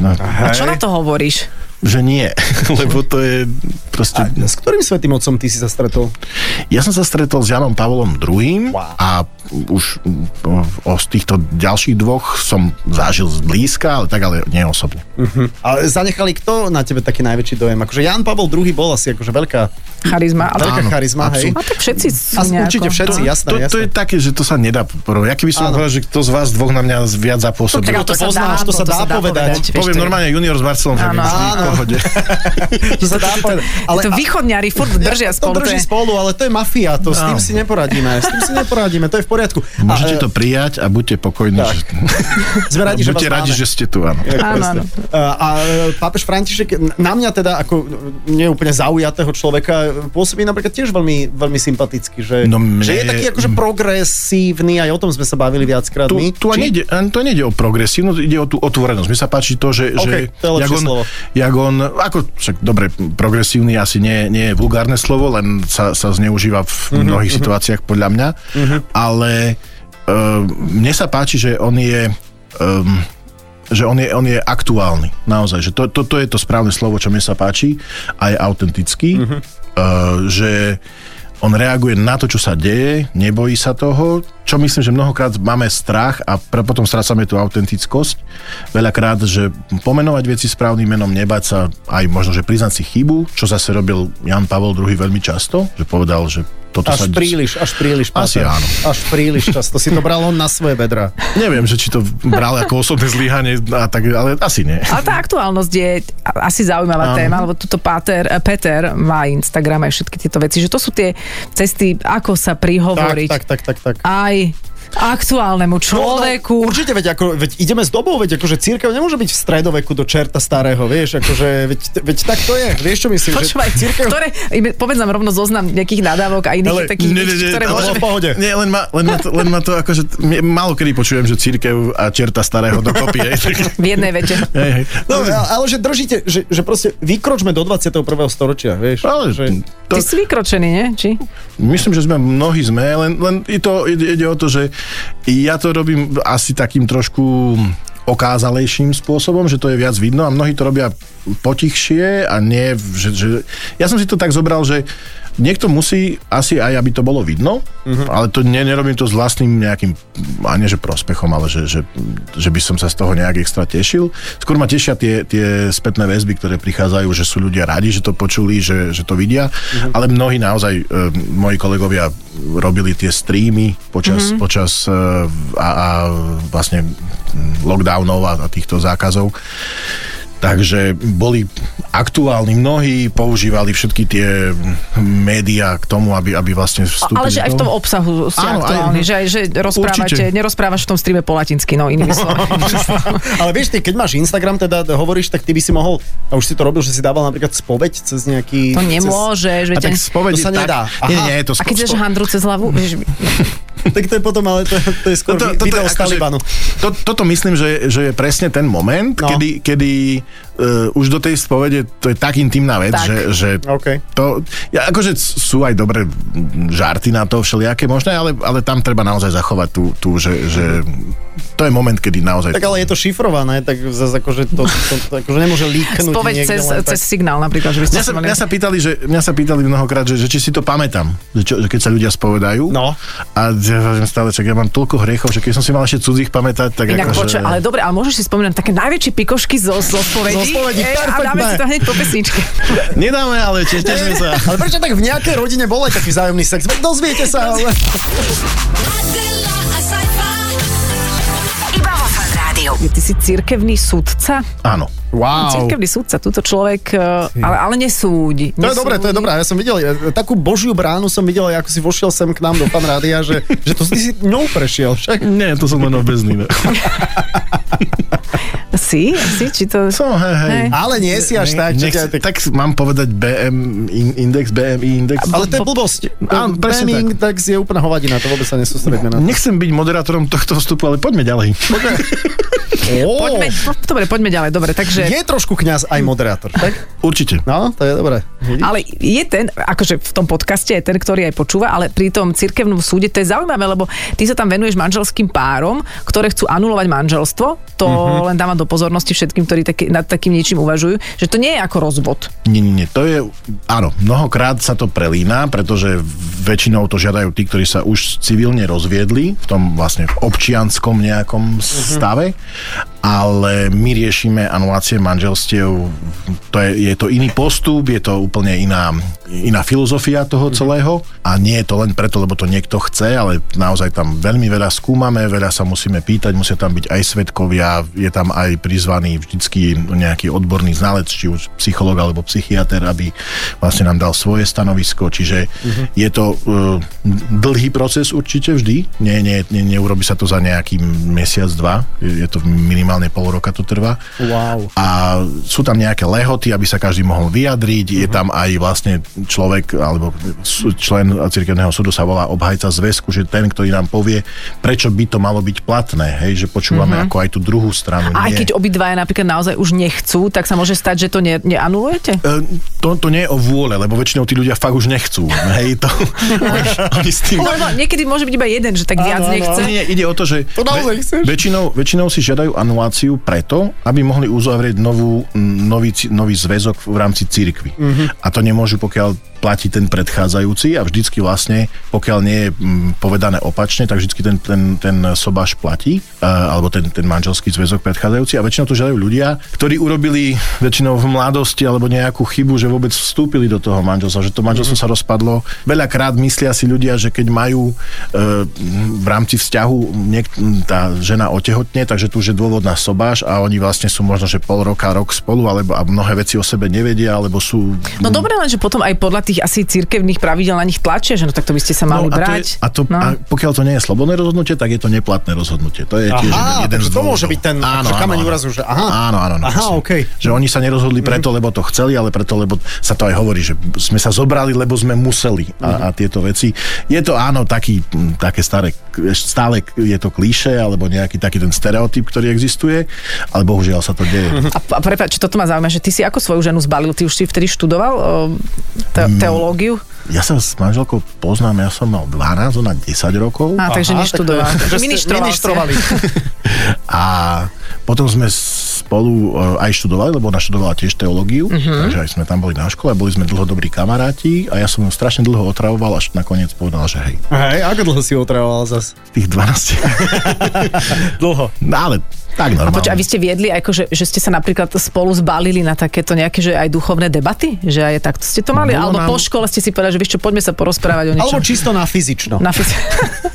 Speaker 4: no,
Speaker 2: A čo na to hovoríš?
Speaker 4: že nie, lebo to je proste...
Speaker 3: A s ktorým svetým otcom ty si sa stretol?
Speaker 4: Ja som sa stretol s Janom Pavlom II
Speaker 3: Wow.
Speaker 4: a už mm, o z týchto ďalších dvoch som zažil zblízka, ale tak ale nie osobne.
Speaker 3: A zanechali kto na tebe taký najväčší dojem? Akože Jan Pavel II bol asi akože veľká,
Speaker 2: Charizma, ale...
Speaker 3: veľká
Speaker 4: Áno,
Speaker 3: charizma, hej.
Speaker 2: A tak všetci sú
Speaker 3: A
Speaker 2: nejako... No.
Speaker 3: určite všetci, jasné,
Speaker 4: to, to
Speaker 3: No, jasné.
Speaker 4: je také, že to sa nedá prvo. Ja keby som
Speaker 3: Áno.
Speaker 4: povedal, že kto z vás dvoch na mňa z- viac no, zapôsobil.
Speaker 2: Tak, ale
Speaker 3: to
Speaker 2: sa
Speaker 3: poznáš, to sa dá povedať.
Speaker 2: vieš,
Speaker 4: Poviem
Speaker 2: to je-
Speaker 4: normálne junior s Barcelom, že
Speaker 2: Áno,
Speaker 4: mi vždy v
Speaker 3: áno.
Speaker 4: pohode.
Speaker 3: To sa dá povedať.
Speaker 2: Ale, to
Speaker 3: a-
Speaker 2: východňari furt držia spolu.
Speaker 3: To drží
Speaker 2: je-
Speaker 3: spolu, ale to je mafia, to s tým si neporadíme, s tým si neporadíme, to je v poriadku. A, e,
Speaker 4: Môžete to prijať a buďte pokojní.
Speaker 3: Tak.
Speaker 4: že-
Speaker 3: Sme radi, že vás
Speaker 4: Buďte radi,
Speaker 3: máme.
Speaker 4: že ste tu, áno.
Speaker 2: Áno, áno.
Speaker 3: A, a e, pápež František, na mňa teda ako neúplne zaujatého človeka, pôsobí napríklad tiež veľmi, veľmi sympaticky, že,
Speaker 4: No mne-
Speaker 3: že je taký akože progresívny, aj o tom sme sa bavili viackrát
Speaker 4: Tu,
Speaker 3: my.
Speaker 4: tu ani nejde, ani to nejde o progresívnosť, ide o tú otvorenosť. Mne sa páči to, že...
Speaker 3: OK,
Speaker 4: že
Speaker 3: to je lepšie
Speaker 4: jak on,
Speaker 3: slovo.
Speaker 4: jak on, ako, však dobre, progresívny asi nie, nie je vulgárne slovo, len sa, sa zneužíva v
Speaker 3: Mhm,
Speaker 4: mnohých situáciách podľa mňa, ale uh, mne sa páči, že on je... Um, že on je, on je aktuálny, naozaj. Že to, to, to je to správne slovo, čo mne sa páči a je autentický, mm-hmm. uh, že on reaguje na to, čo sa deje, nebojí sa toho, čo myslím, že mnohokrát máme strach a pre, potom strácame tú autentickosť. Veľakrát, že pomenovať veci správnym menom, nebať sa aj možno, že priznať si chybu, čo zase robil Jan Pavel II veľmi často, že povedal, že toto sa...
Speaker 3: Až príliš, až príliš.
Speaker 4: Asi
Speaker 3: pápež.
Speaker 4: áno.
Speaker 3: Až príliš často. Si to bral on na svoje bedra.
Speaker 4: Neviem, že či to bral ako osobné zlyhanie, a tak, ale asi nie.
Speaker 2: Ale tá aktuálnosť je a- asi zaujímavá
Speaker 4: Áno.
Speaker 2: téma, lebo tuto Páter, eh, Peter má Instagram aj všetky tieto veci, že to sú tie cesty, ako sa prihovoriť
Speaker 3: Tak, tak, tak, tak, tak.
Speaker 2: aj aktuálnemu človeku.
Speaker 3: No, no, určite, veď, ako, veď ideme s dobou, veď akože církev nemôže byť v stredoveku do čerta starého, vieš, akože, veď, veď tak to je, vieš čo myslím,
Speaker 2: Počúvaj,
Speaker 3: že církev...
Speaker 2: ktoré, ibe- povedz nám rovno zoznam nejakých nadávok a iných takých, vecí, ktoré
Speaker 4: ale-
Speaker 2: môžeme...
Speaker 3: v pohode.
Speaker 4: Nie, len ma, len ma to, len ma to akože, t- m- málo kedy počujem, že církev a čerta starého dokopy, hej. tak-
Speaker 2: V jednej vete.
Speaker 4: hej, hej.
Speaker 3: No, ale, ale že držíte, že, že proste vykročme do 21. storočia, vieš.
Speaker 4: Ale
Speaker 3: že,
Speaker 4: to,
Speaker 2: Ty si vykročený, nie? Či?
Speaker 4: myslím, že sme mnohí sme, len, len i to ide, ide o to, že ja to robím asi takým trošku okázalejším spôsobom, že to je viac vidno a mnohí to robia potichšie a nie, že, že ja som si to tak zobral, že niekto musí asi aj, aby to bolo vidno, mm-hmm. ale to ne, nerobím to s vlastným nejakým, a nie že prospechom, ale že, že, že by som sa z toho nejak extra tešil. Skôr ma tešia tie, tie spätné väzby, ktoré prichádzajú, že sú ľudia radi, že to počuli, že, že to vidia,
Speaker 2: Mhm.
Speaker 4: mm-hmm. ale mnohí naozaj, e, moji kolegovia robili tie streamy počas,
Speaker 2: Mhm.
Speaker 4: mm-hmm. počas e, a, a vlastne mm, lockdownov a, a týchto zákazov. Takže boli aktuálni mnohí, používali všetky tie médiá k tomu, aby, aby vlastne vstúpili.
Speaker 2: Ale že aj v tom
Speaker 4: do-
Speaker 2: obsahu si
Speaker 4: Áno, aj-
Speaker 2: aktuálny, že aj že rozprávate,
Speaker 4: Určite.
Speaker 2: nerozprávaš v tom streame po latinsky, no inými slovami.
Speaker 3: ale vieš, ty, keď máš Instagram, teda hovoríš, tak ty by si mohol, a už si to robil, že si dával napríklad spoveď cez nejaký...
Speaker 2: To
Speaker 3: Cez,
Speaker 2: nemôžeš, veď
Speaker 4: No, A tak
Speaker 2: ani-
Speaker 4: spovedi,
Speaker 3: To sa nedá.
Speaker 4: Tak, nie, nie, nie, to
Speaker 2: A keď chceš handru cez hlavu, vieš,
Speaker 3: tak to je potom, ale to, to je skôr No to, to, video z
Speaker 4: akože-
Speaker 3: Talibanu.
Speaker 4: To, toto myslím, že, že je presne ten moment,
Speaker 3: No.
Speaker 4: no. kedy, kedy uh, už do tej spovede to je tak intimná vec,
Speaker 2: Tak.
Speaker 4: že, že
Speaker 3: OK.
Speaker 4: to, ja, akože sú aj dobré žarty na to, všelijaké možné, ale, ale tam treba naozaj zachovať tú, tú že, že to je moment, kedy naozaj...
Speaker 3: Tak ale je to šifrované, tak zase akože to, to, to akože nemôže líknuť
Speaker 2: spoveď
Speaker 3: niekde
Speaker 2: cez,
Speaker 3: len tak.
Speaker 2: cez signál napríklad, že by ste
Speaker 4: Mňa
Speaker 2: sa
Speaker 4: sa,
Speaker 2: mali...
Speaker 4: mňa, sa pýtali, že, mňa sa pýtali mnohokrát, že, že či si to pamätám, že, čo, že keď sa ľudia spovedajú.
Speaker 3: No.
Speaker 4: A ja hovorím stále, čak ja mám toľko hriechov, že keď som si mal ešte cudzích pamätať, tak
Speaker 2: Inak
Speaker 4: akože...
Speaker 2: počuj, ale dobre, ale môžeš si spomínať také najväčšie pikošky zo, zo spovedí.
Speaker 3: Zo spovedí,
Speaker 2: Ej, a
Speaker 3: perfektné.
Speaker 2: dáme si to hneď po pesničke.
Speaker 4: Nedáme, ale tiež teším sa.
Speaker 3: Ale prečo tak v nejakej rodine bol aj taký vzájomný sex? Veď dozviete sa, ale...
Speaker 5: Adela, a
Speaker 1: Iba vo Fan Rádiu.
Speaker 2: Ty si cirkevný sudca?
Speaker 4: Áno.
Speaker 3: Wow.
Speaker 2: Cirkevný sudca, túto človek, eh, ale, ale nesúdi.
Speaker 3: To je dobré, to je dobré. Ja som videl, e, takú božiu bránu som videl, ako si vošiel sem k nám do fan rádia, že, že to si ňou prešiel však.
Speaker 4: Nie, to som len obezný. Ne?
Speaker 2: Si? Asi? Či to...
Speaker 4: Som, hej, hej.
Speaker 2: Hej.
Speaker 3: Ale nie si až tak. Čo ťa,
Speaker 4: Nechce, tak mám povedať BM in- index, BMI index.
Speaker 3: ale to je blbosť.
Speaker 4: Áno, presne tak.
Speaker 3: Baming, tak. je úplná hovadina, to vôbec sa nesústredíme na to.
Speaker 4: Nechcem byť moderátorom tohto vstupu, ale poďme ďalej.
Speaker 3: Ó,
Speaker 2: Poďme, po, dobre, poďme ďalej, dobre, takže...
Speaker 3: Je trošku kňaz aj moderátor, tak?
Speaker 4: Určite.
Speaker 3: No, to je dobré.
Speaker 4: Hm?
Speaker 2: Ale je ten, akože v tom podcaste je ten, ktorý aj počúva, ale pri tom cirkevnom súde to je zaujímavé, lebo ty sa tam venuješ manželským párom, ktoré chcú anulovať manželstvo. To
Speaker 4: Mhm.
Speaker 2: mm-hmm. len dávam do pozornosti všetkým, ktorí taký, nad takým niečím uvažujú, že to nie je ako rozvod.
Speaker 4: Nie, nie, nie, to je, áno, mnohokrát sa to prelína, pretože väčšinou to žiadajú tí, ktorí sa už civilne rozviedli, v tom vlastne občianskom nejakom stave, ale my riešime anulácie manželstiev, to je, je to iný postup, je to úplne iná, iná filozofia toho celého a nie je to len preto, lebo to niekto chce, ale naozaj tam veľmi veľa skúmame, veľa sa musíme pýtať, musia tam byť aj svetkovia, je tam aj prizvaný vždycky nejaký odborný znalec, či už psychológ alebo psychiatr, aby vlastne nám dal svoje stanovisko, čiže je to uh, dlhý proces určite vždy, nie, nie, nie, neurobi sa to za nejaký mesiac, dva, je je to minimálne pol roka to trvá
Speaker 3: Wow.
Speaker 4: a sú tam nejaké lehoty, aby sa každý mohol vyjadriť, je tam aj vlastne človek, alebo sú- člen cirkevného súdu sa volá obhajca zväzku, že ten, ktorý nám povie, prečo by to malo byť platné, hej, že počúvame ako aj tú druhú stranu.
Speaker 2: A
Speaker 4: nie.
Speaker 2: aj keď obidvaja napríklad naozaj už nechcú, tak sa môže stať, že to ne, neanulujete?
Speaker 4: E, to, to nie je o vôle, lebo väčšinou tí ľudia fakt už nechcú. Hej, to, oni, oni s tým...
Speaker 2: Lebo niekedy môže byť iba jeden, že tak
Speaker 3: Áno,
Speaker 2: viac
Speaker 3: áno.
Speaker 2: nechce.
Speaker 4: Nie, nie, ide o to, že
Speaker 3: To naozaj chceš?
Speaker 4: väčšinou, väčšinou si žiadajú anuláciu preto, aby mohli uzavrieť novú, m, nový, ci- nový zväzok v rámci cirkvy.
Speaker 3: Mhm.
Speaker 4: A to nemôžu, pokiaľ platí ten predchádzajúci a vždycky vlastne, pokiaľ nie je m, povedané opačne, tak vždycky ten, ten, ten sobáš platí, e, alebo ten, ten manželský zväzok predchádzajúci a väčšinou to žiadajú ľudia, ktorí urobili väčšinou v mladosti alebo nejakú chybu, že vôbec vstúpili do toho manželstva, že to manželstvo sa rozpadlo. Veľakrát myslia si ľudia, že keď majú e, v rámci vzťahu niek- tá žena otehotne, takže tu už je dôvod na sobáš a oni vlastne sú možno, že pol roka, rok spolu, alebo a mnohé veci o sebe nevedia, alebo sú...
Speaker 2: No dobre, lenže potom aj podľa tých asi cirkevných pravidel na nich tlačia, že no tak to by ste sa mali
Speaker 4: No, a, to je,
Speaker 2: brať.
Speaker 4: a, to,
Speaker 2: no.
Speaker 4: a pokiaľ to nie je slobodné rozhodnutie, tak je to neplatné rozhodnutie. To je tiež
Speaker 3: Aha,
Speaker 4: jeden
Speaker 3: takže
Speaker 4: z
Speaker 3: to môže
Speaker 4: dôvodov.
Speaker 3: byť ten akože kameň úrazu, že aha.
Speaker 4: Áno, áno. áno
Speaker 3: Aha,
Speaker 4: presne.
Speaker 3: okej. Mhm.
Speaker 4: Že oni sa nerozhodli preto, lebo to chceli, ale preto, lebo sa to aj hovorí, že sme sa zobrali, lebo sme museli
Speaker 3: Mhm.
Speaker 4: a, a tieto veci. Je to áno, taký, m, také staré, k- stále k- je to klíše, alebo nejaký taký ten stereotyp, ktorý existuje, ale bohužiaľ sa to
Speaker 3: Mhm.
Speaker 4: deje.
Speaker 2: A, a prepáč, toto ma zaujíma, že ty si ako svoju ženu zbalil? Ty už si vtedy študoval o, te,
Speaker 3: Mm.
Speaker 2: teológiu?
Speaker 4: Ja sa s manželkou poznám, ja som mal 12, ona 10 rokov.
Speaker 2: Á, takže
Speaker 3: Aha,
Speaker 2: neštudoval.
Speaker 3: tak-
Speaker 2: Takže
Speaker 3: že ste
Speaker 2: ministroval.
Speaker 3: ministrovali.
Speaker 2: si.
Speaker 4: A potom sme spolu e, aj študovali, lebo ona študovala tiež teológiu,
Speaker 2: Mhm.
Speaker 4: takže aj sme tam boli na škole, boli sme dlho dobrí kamaráti a ja som ju strašne dlho otravoval, až nakoniec povedal, že hej,
Speaker 3: Hej, ako dlho si ho treboval zas?
Speaker 4: tých 12.
Speaker 3: Dlho.
Speaker 4: no ale tak normálne.
Speaker 2: Počkaj, a vy ste viedli, akože, že ste sa napríklad spolu zbalili na takéto nejaké, že aj duchovné debaty? Že aj takto ste to mali?
Speaker 4: Bolo
Speaker 2: Alebo
Speaker 4: nám-
Speaker 2: po škole ste si povedali, že vieš čo, poďme sa porozprávať o niečom.
Speaker 3: No, Alebo čisto na fyzično.
Speaker 2: Na fyzi-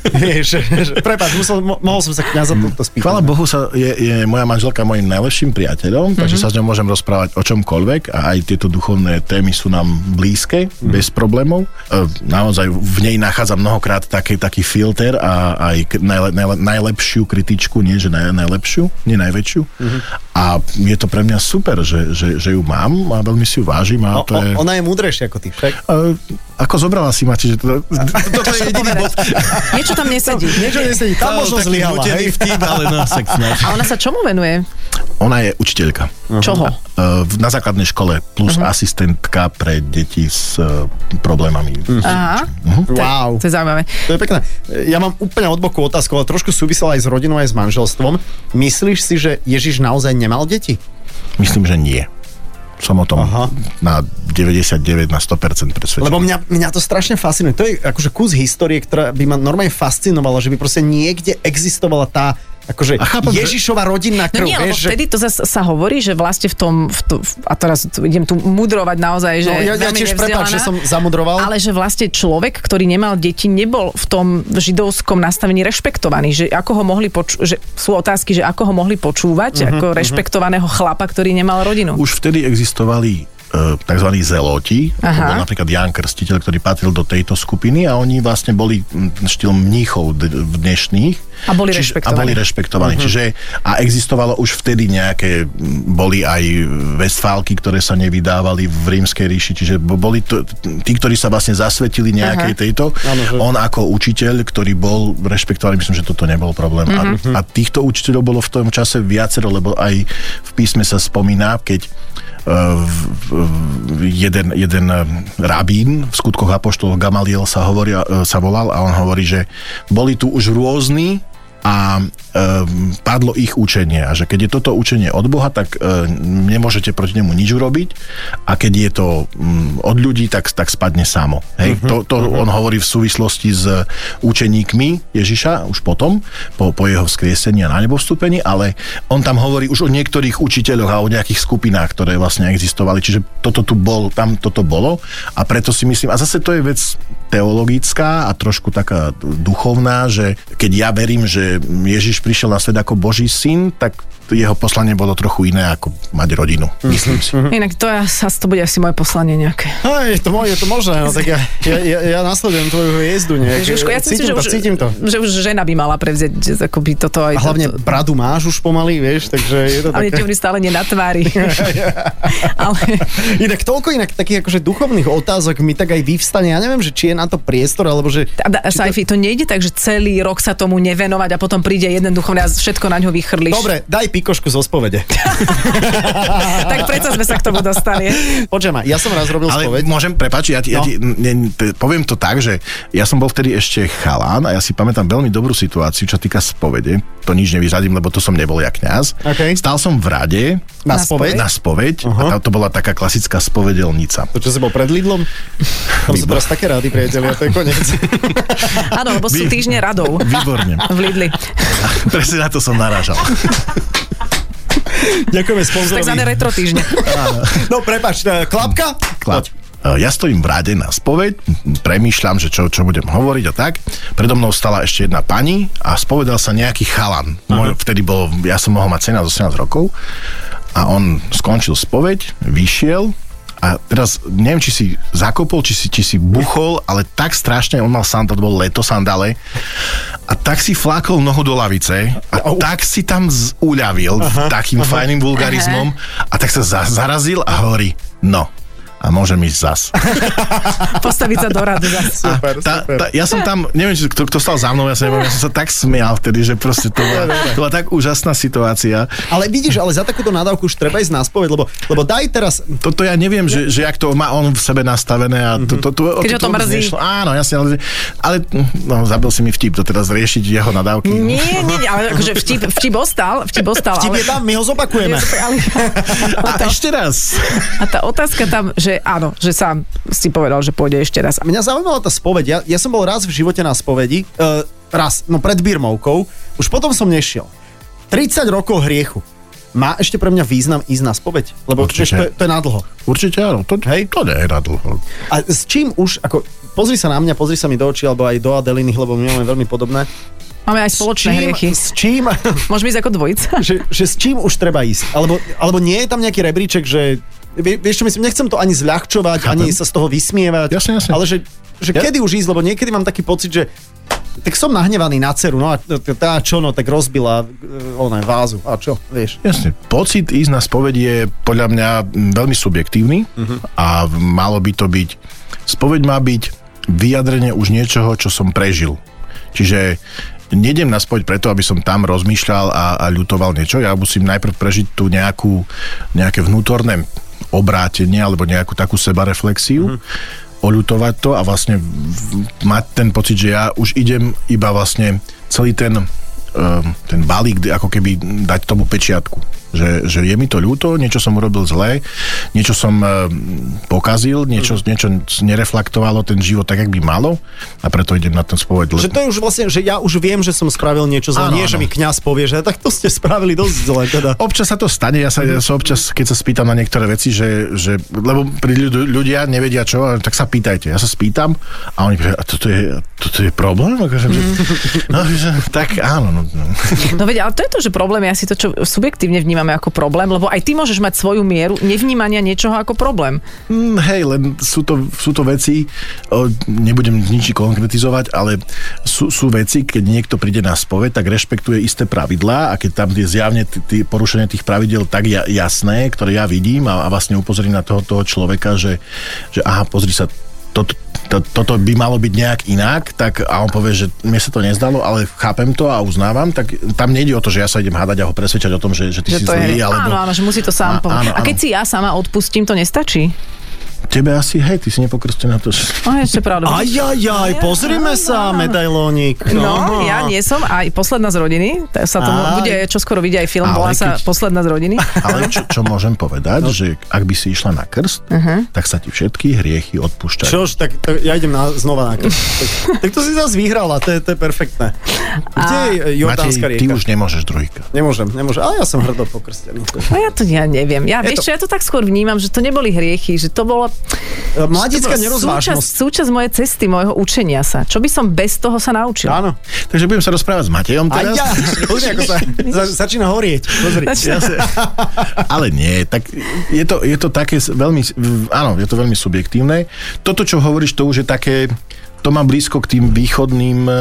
Speaker 3: Vieš, že- Prepáč, musel, mo- mohol som sa kňaza to, to spýtať.
Speaker 4: Chvala Bohu sa je, je moja manželka mojim najlepším priateľom, mm-hmm. takže sa s ňou môžem rozprávať o čomkoľvek a aj tieto duchovné témy sú nám blízke, mm-hmm. bez problémov. E, naozaj v nej nachádzam mnohokrát taký, taký filter a aj k- najle, najle, najlepšiu kritičku, nie že naj, najlepšiu, nie najväčšiu. Mm-hmm. A je to pre mňa super, že, že, že ju mám a veľmi si ju vážim. A
Speaker 3: O,
Speaker 4: no, to
Speaker 3: No, o,
Speaker 4: je...
Speaker 3: ona je múdrejšia ako ty, však?
Speaker 4: E, ako zobrala si ma, čiže to, toto je jediný bod.
Speaker 2: Niečo tam nesedí.
Speaker 3: Niečo nesedí, tam možno
Speaker 4: Taký
Speaker 3: zlyhala,
Speaker 4: nutený
Speaker 3: hej?
Speaker 4: vtip, ale no, tak snáď.
Speaker 2: A ona sa čomu venuje?
Speaker 4: Ona je učiteľka.
Speaker 3: No.
Speaker 2: Čoho?
Speaker 4: Uh, v- na základnej škole plus
Speaker 3: Mhm.
Speaker 4: uh-huh. asistentka pre deti s uh, problémami.
Speaker 3: Mhm.
Speaker 4: Uh-huh.
Speaker 2: Aha,
Speaker 3: Wow.
Speaker 2: to je zaujímavé.
Speaker 3: To je pekné. Ja mám úplne odbokú otázku, ale trošku súvisela aj s rodinou, aj s manželstvom. Myslíš si, že Ježiš naozaj nemal deti?
Speaker 4: Myslím, že nie. Som o tom
Speaker 3: Aha.
Speaker 4: Aha. na 99, na 100% presvedčený.
Speaker 3: Lebo mňa, mňa to strašne fascinuje. To je akože kus histórie, ktorá by ma normálne fascinovala, že by proste niekde existovala tá akože
Speaker 4: A chápem, že-
Speaker 3: Ježišova rodinná
Speaker 2: No
Speaker 3: krv.
Speaker 2: nie, lebo
Speaker 3: vieš, že-
Speaker 2: vtedy to zase sa hovorí, že vlastne v tom, v to, v, a teraz tu, idem tu mudrovať naozaj, že
Speaker 3: No, ja, ja
Speaker 2: veľmi
Speaker 3: tiež
Speaker 2: nevzdelaná,
Speaker 3: prepáč, že som zamudroval.
Speaker 2: ale že vlastne človek, ktorý nemal deti, nebol v tom židovskom nastavení rešpektovaný. Že ako ho mohli poču- že sú otázky,
Speaker 3: Mhm,
Speaker 2: že ako ho mohli počúvať, ako rešpektovaného chlapa, ktorý nemal rodinu.
Speaker 4: Už vtedy existovali e, tzv. zeloti, to
Speaker 2: Aha.
Speaker 4: bol napríklad Jan Krstiteľ, ktorý patril do tejto skupiny a oni vlastne boli mm, štýl mníchov d- v dnešných.
Speaker 2: A boli
Speaker 4: A boli
Speaker 2: rešpektovaní. Mhm.
Speaker 4: rešpektovaní. Uh-huh. Čiže a existovalo už vtedy nejaké, mm, boli aj vestfálky, ktoré sa nevydávali v rímskej ríši, čiže bo- boli to, tí, ktorí sa vlastne zasvetili nejakej
Speaker 2: Aha.
Speaker 4: tejto.
Speaker 3: Áno, že-
Speaker 4: On ako učiteľ, ktorý bol rešpektovaný, myslím, že toto nebol problém.
Speaker 2: Mhm.
Speaker 4: Mm-hmm. A, a týchto učiteľov bolo v tom čase viacero, lebo aj v písme sa spomína, keď eh, v- v- jeden, jeden eh, rabín v skutkoch apoštolov Gamaliel sa, hovorí, eh, sa volal a on hovorí, že boli tu už rôzni a um, padlo ich učenie a že keď je toto učenie od Boha, tak um, nemôžete proti nemu nič urobiť a keď je to um, od ľudí, tak, tak spadne samo. Hej? To, to on hovorí v súvislosti s eh, učeníkmi Ježiša už potom, po, po jeho vzkriesení a na nebo vstúpení, ale on tam hovorí už o niektorých učiteľoch a o nejakých skupinách, ktoré vlastne existovali, čiže toto tu bol, tam toto bolo a preto si myslím, a zase to je vec teologická a trošku taká duchovná, že keď ja verím, že Ježiš prišiel na svet ako Boží syn, tak jeho poslanie bolo trochu iné ako mať rodinu, myslím si.
Speaker 3: Mhm.
Speaker 2: Inak to, ja, sa- to bude asi moje poslanie nejaké.
Speaker 3: Aj, je to, mo- je to možné, no tak ja, ja, ja, ja nasledujem tvoju jezdu nejak.
Speaker 2: Vieš, Jožko, ja si
Speaker 3: cítim
Speaker 2: myslím, že,
Speaker 3: to,
Speaker 2: už,
Speaker 3: cítim to.
Speaker 2: že už žena by mala prevziať že akoby toto aj...
Speaker 3: A hlavne
Speaker 2: toto.
Speaker 3: bradu máš už pomaly, vieš, takže je to
Speaker 2: Ale ti
Speaker 3: také...
Speaker 2: hovorím stále nie na tvári. Ale
Speaker 3: Inak toľko inak takých akože duchovných otázok mi tak aj vyvstane. Ja neviem, že či je na to priestor, alebo že...
Speaker 2: a da, Saifi, to nejde tak, že celý rok sa tomu nevenovať a potom príde jeden duchovný a všetko na ňo vychrliš.
Speaker 3: Dobre, daj pikošku zo spovede.
Speaker 2: Tak predsa sme sa k tomu dostali.
Speaker 3: Počujem ma, ja som raz robil
Speaker 4: Ale
Speaker 3: spoveď.
Speaker 4: môžem, prepáči, ja ti, ja
Speaker 3: No.
Speaker 4: ti ne, te, poviem to tak, že ja som bol vtedy ešte chalán a ja si pamätám veľmi dobrú situáciu, čo týka spovede. To nič nevyzadím, lebo to som nebol ja kňaz.
Speaker 3: OK.
Speaker 4: Stál som v rade
Speaker 3: Na
Speaker 2: Na spoveď?
Speaker 3: spoveď?
Speaker 4: na spoveď
Speaker 3: Aha.
Speaker 4: uh-huh. a tá- to bola taká klasická spovedelnica.
Speaker 3: To, čo si bol pred Lidlom? Tam sú
Speaker 4: Výbor.
Speaker 3: teraz také rády, priatelia, to je koniec.
Speaker 2: Áno, lebo sú
Speaker 4: Vy-
Speaker 2: týždne radov
Speaker 4: Výborne.
Speaker 2: v Lidli.
Speaker 4: Presne na to som narážal.
Speaker 3: Ďakujeme
Speaker 2: Takzvané
Speaker 3: sponzorovi.
Speaker 2: retro týždne.
Speaker 3: No prepač, e, klapka?
Speaker 4: Klad. E, Ja stojím v rade na spoveď, premýšľam, že čo, čo budem hovoriť a tak. Predo mnou stala ešte jedna pani a spovedal sa nejaký chalan. Môj, vtedy bol, ja som mohol mať 17-18 rokov a on skončil spoveď, vyšiel a teraz neviem, či si zakopol, či si, či si buchol, ale tak strašne, on mal sandál, to bol leto sandále a tak si flákol nohu do lavice a
Speaker 3: Au.
Speaker 4: tak si tam z- uľavil takým fajným vulgarizmom a tak sa za- zarazil a hovorí, no, a môžem ísť zas.
Speaker 2: Postaviť sa do rady. zas.
Speaker 4: A
Speaker 3: Super,
Speaker 4: tá,
Speaker 3: super.
Speaker 4: Tá, ja som tam, neviem, či, kto, kto stal za mnou, ja sa neviem, ja som sa tak smial vtedy, že proste to bola, to bola tak úžasná situácia.
Speaker 3: Ale vidíš, ale za takúto nadávku už treba ísť na spoveď, lebo, lebo daj teraz,
Speaker 4: Toto ja neviem, že, že jak to má on v sebe nastavené a to, to, to, o
Speaker 2: Keď ho to
Speaker 4: vôbec
Speaker 2: mrzí.
Speaker 4: nešlo. Áno, jasne, ale, ale no, zabil si mi vtip, to teraz riešiť jeho nadávky.
Speaker 2: Nie, nie, nie, ale akože vtip, vtip ostal, vtip ostal,
Speaker 3: vtip
Speaker 2: ale...
Speaker 3: je tam, my ho zopakujeme.
Speaker 2: ale,
Speaker 4: A ešte raz.
Speaker 2: a tá otázka tam, že áno, že sám si povedal, že pôjde ešte raz.
Speaker 3: Mňa zaujímala tá spoveď. Ja, ja som bol raz v živote na spovedi. Uh, raz, no pred Birmovkou. Už potom som nešiel. 30 rokov hriechu. Má ešte pre mňa význam ísť na spoveď? Lebo
Speaker 4: Určite.
Speaker 3: vieš, to, je, to je nadlho.
Speaker 4: Určite áno, to, hej, to nie je na dlho.
Speaker 3: A s čím už, ako, pozri sa na mňa, pozri sa mi do očí, alebo aj do Adeliny, lebo my máme veľmi podobné.
Speaker 2: Máme aj
Speaker 3: S
Speaker 2: spoločné
Speaker 3: čím,
Speaker 2: hriechy.
Speaker 3: s čím,
Speaker 2: Môžeme ísť ako dvojica?
Speaker 3: že, že s čím už treba ísť? Alebo, alebo nie je tam nejaký rebríček, že vie- vieš čo myslím, nechcem to ani zľahčovať, Chápem. ani sa z toho vysmievať.
Speaker 4: Jasne, jasne.
Speaker 3: Ale že, že ja? kedy už ísť, lebo niekedy mám taký pocit, že tak som nahnevaný na ceru, no a t- t- tá čo, no tak rozbila e, ona vázu, a čo, vieš.
Speaker 4: Jasne, pocit ísť na spoveď je podľa mňa mm, veľmi subjektívny a v- malo by to byť, spoveď má byť vyjadrenie už niečoho, čo som prežil. Čiže nedem na spoveď preto, aby som tam rozmýšľal a, a ľutoval niečo, ja musím najprv prežiť tu nejakú, nejaké vnútorné obrátenie alebo nejakú takú sebareflexiu. oľutovať to a vlastne v- v- mať ten pocit, že ja už idem iba vlastne celý ten, ehm, ten balík, kde ako keby dať tomu pečiatku. Že, že je mi to ľúto, niečo som urobil zlé, niečo som ehm, pokazil, niečo,
Speaker 3: Mm.
Speaker 4: niečo nereflektovalo ten život tak, jak by malo a preto idem na ten spoveď.
Speaker 3: Že to je už vlastne, že ja už viem, že som spravil niečo zle,
Speaker 4: Áno,
Speaker 3: nie, že
Speaker 4: áno.
Speaker 3: mi kňaz povie, že tak to ste spravili dosť zle, teda.
Speaker 4: Občas sa to stane, ja sa,
Speaker 3: Mm-hmm.
Speaker 4: ja sa občas, keď sa spýtam na niektoré veci, že, že lebo pri ľud- ľudia nevedia čo, ale tak sa pýtajte. Ja sa spýtam a oni povedia, a toto je, toto je problém? Akože,
Speaker 3: Mm-hmm.
Speaker 4: že, no, že, tak áno. No, no.
Speaker 3: Mhm.
Speaker 2: No veď, ale to je to, že problém je asi to, čo subjektívne vnímam. vnímame ako problém, lebo aj ty môžeš mať svoju mieru nevnímania niečoho ako problém.
Speaker 4: Mm, hej, len sú to, sú to veci, o, nebudem nič konkretizovať, ale sú, sú veci, keď niekto príde na spoveď, tak rešpektuje isté pravidlá a keď tam je zjavne t- t- porušenie tých pravidel tak ja, jasné, ktoré ja vidím a, a vlastne upozorím na toho, toho človeka, že, že aha, pozri sa, toto, to, toto by malo byť nejak inak, tak a on povie, že mne sa to nezdalo, ale chápem to a uznávam, tak tam nejde o to, že ja sa idem hádať a ho presvedčať o tom, že, že ty
Speaker 2: Že
Speaker 4: si
Speaker 2: to
Speaker 4: zlý,
Speaker 2: je,
Speaker 4: alebo...
Speaker 2: áno, áno, že musí to sám
Speaker 4: Á-
Speaker 2: povedať.
Speaker 4: áno,
Speaker 2: A keď
Speaker 4: áno.
Speaker 2: si ja sama odpustím, to nestačí.
Speaker 4: Tebe asi, hej, ty si nepokrstená to... že-
Speaker 2: No, ešte pravda.
Speaker 3: Ajajaj, pozrime sa, medailónik.
Speaker 2: No, ja nie som aj posledná z rodiny, tak sa to
Speaker 3: Aj.
Speaker 2: bude čo skoro vidieť aj film,
Speaker 4: Ale
Speaker 2: volá sa
Speaker 4: keď-
Speaker 2: Posledná z rodiny.
Speaker 4: Ale čo, čo môžem povedať, no. že ak by si išla na krst, uh-huh. tak sa ti všetky hriechy odpúšťajú.
Speaker 3: Čož, tak, tak ja idem na, znova na krst. tak, tak to si zase vyhrala, to je, to je perfektné. Kde je Jordánska
Speaker 4: Matej, ty
Speaker 3: rieka?
Speaker 4: už nemôžeš druhýkrát.
Speaker 3: Nemôžem, nemôžem, ale ja som hrdo pokrstený.
Speaker 2: No ja to ja neviem. Ja,
Speaker 3: Je
Speaker 2: vieš čo,
Speaker 3: to-
Speaker 2: ja to tak skôr vnímam, že to neboli hriechy, že to bolo...
Speaker 3: Mladická
Speaker 2: že to bolo súčasť,
Speaker 3: nerozvážnosť.
Speaker 2: súčasť mojej cesty, mojho učenia sa. Čo by som bez toho sa naučil?
Speaker 3: Áno.
Speaker 4: Takže budem sa rozprávať s Matejom
Speaker 3: A
Speaker 4: teraz.
Speaker 3: ja, pozri, ako sa, za, začína horieť. Pozri.
Speaker 4: Ja sa, ale nie, tak je to, je to také s- veľmi, v- áno, je to veľmi subjektívne. Toto, čo hovoríš, to už je také, to má blízko k tým východným uh,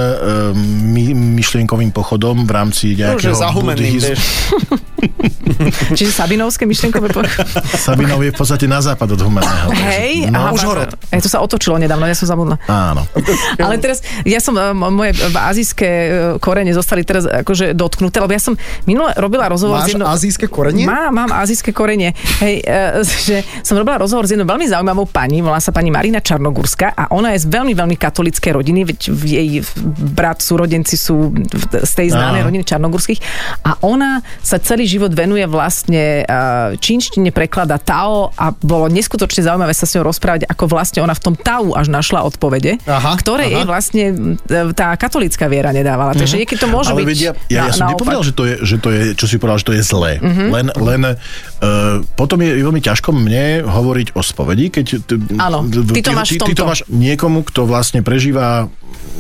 Speaker 4: my, myšlienkovým pochodom v
Speaker 3: To už
Speaker 4: rámci
Speaker 3: je
Speaker 4: nejakého
Speaker 3: zahumený,
Speaker 4: buddhizmu.
Speaker 3: vieš.
Speaker 2: Čiže Sabinovské myšlienkové pochody.
Speaker 4: Sabinov je v podstate na západ od humaného. takže-
Speaker 2: Hej,
Speaker 4: no,
Speaker 2: aha,
Speaker 3: už
Speaker 2: pardon.
Speaker 3: horod.
Speaker 2: Hej, to sa otočilo nedávno, ja som zabudla.
Speaker 4: Áno.
Speaker 2: Ale teraz, ja som, e, m- moje e, azijské e, korene zostali teraz akože dotknuté, lebo ja som minule robila rozhovor s
Speaker 3: Máš
Speaker 2: jednou...
Speaker 3: azijské korenie?
Speaker 2: Mám, mám azijské korenie. Hej, e, že som robila rozhovor s jednou veľmi zaujímavou pani, volá sa pani Marina Čarnogurská a ona je z veľmi, veľmi katolíckej rodiny, veď v jej brat, súrodenci sú v- z tej známej
Speaker 4: Áno.
Speaker 2: rodiny Čarnogurských a ona sa celý život venuje vlastne e, čínštine, preklada Tao a bolo neskutočne zaujímavé sa s ňou rozprávať, ako vlastne ona v tom Tao až našla odpovede,
Speaker 3: Aha,
Speaker 2: ktoré
Speaker 3: aha.
Speaker 2: jej vlastne e, tá katolícka viera nedávala. Takže niekedy to môže
Speaker 4: Mhm. ale
Speaker 2: byť
Speaker 4: vedia, ja, ja
Speaker 2: naopak.
Speaker 4: som
Speaker 2: Mhm.
Speaker 4: nepovedal, že to, je, že to je, čo si povedal, že to je zlé. Mm-hmm. Len, len uh, potom je veľmi ťažko mne hovoriť o spovedi, keď t-
Speaker 2: Áno, ty to máš v
Speaker 4: ty, ty to
Speaker 2: tomto.
Speaker 4: máš niekomu, kto vlastne prežíva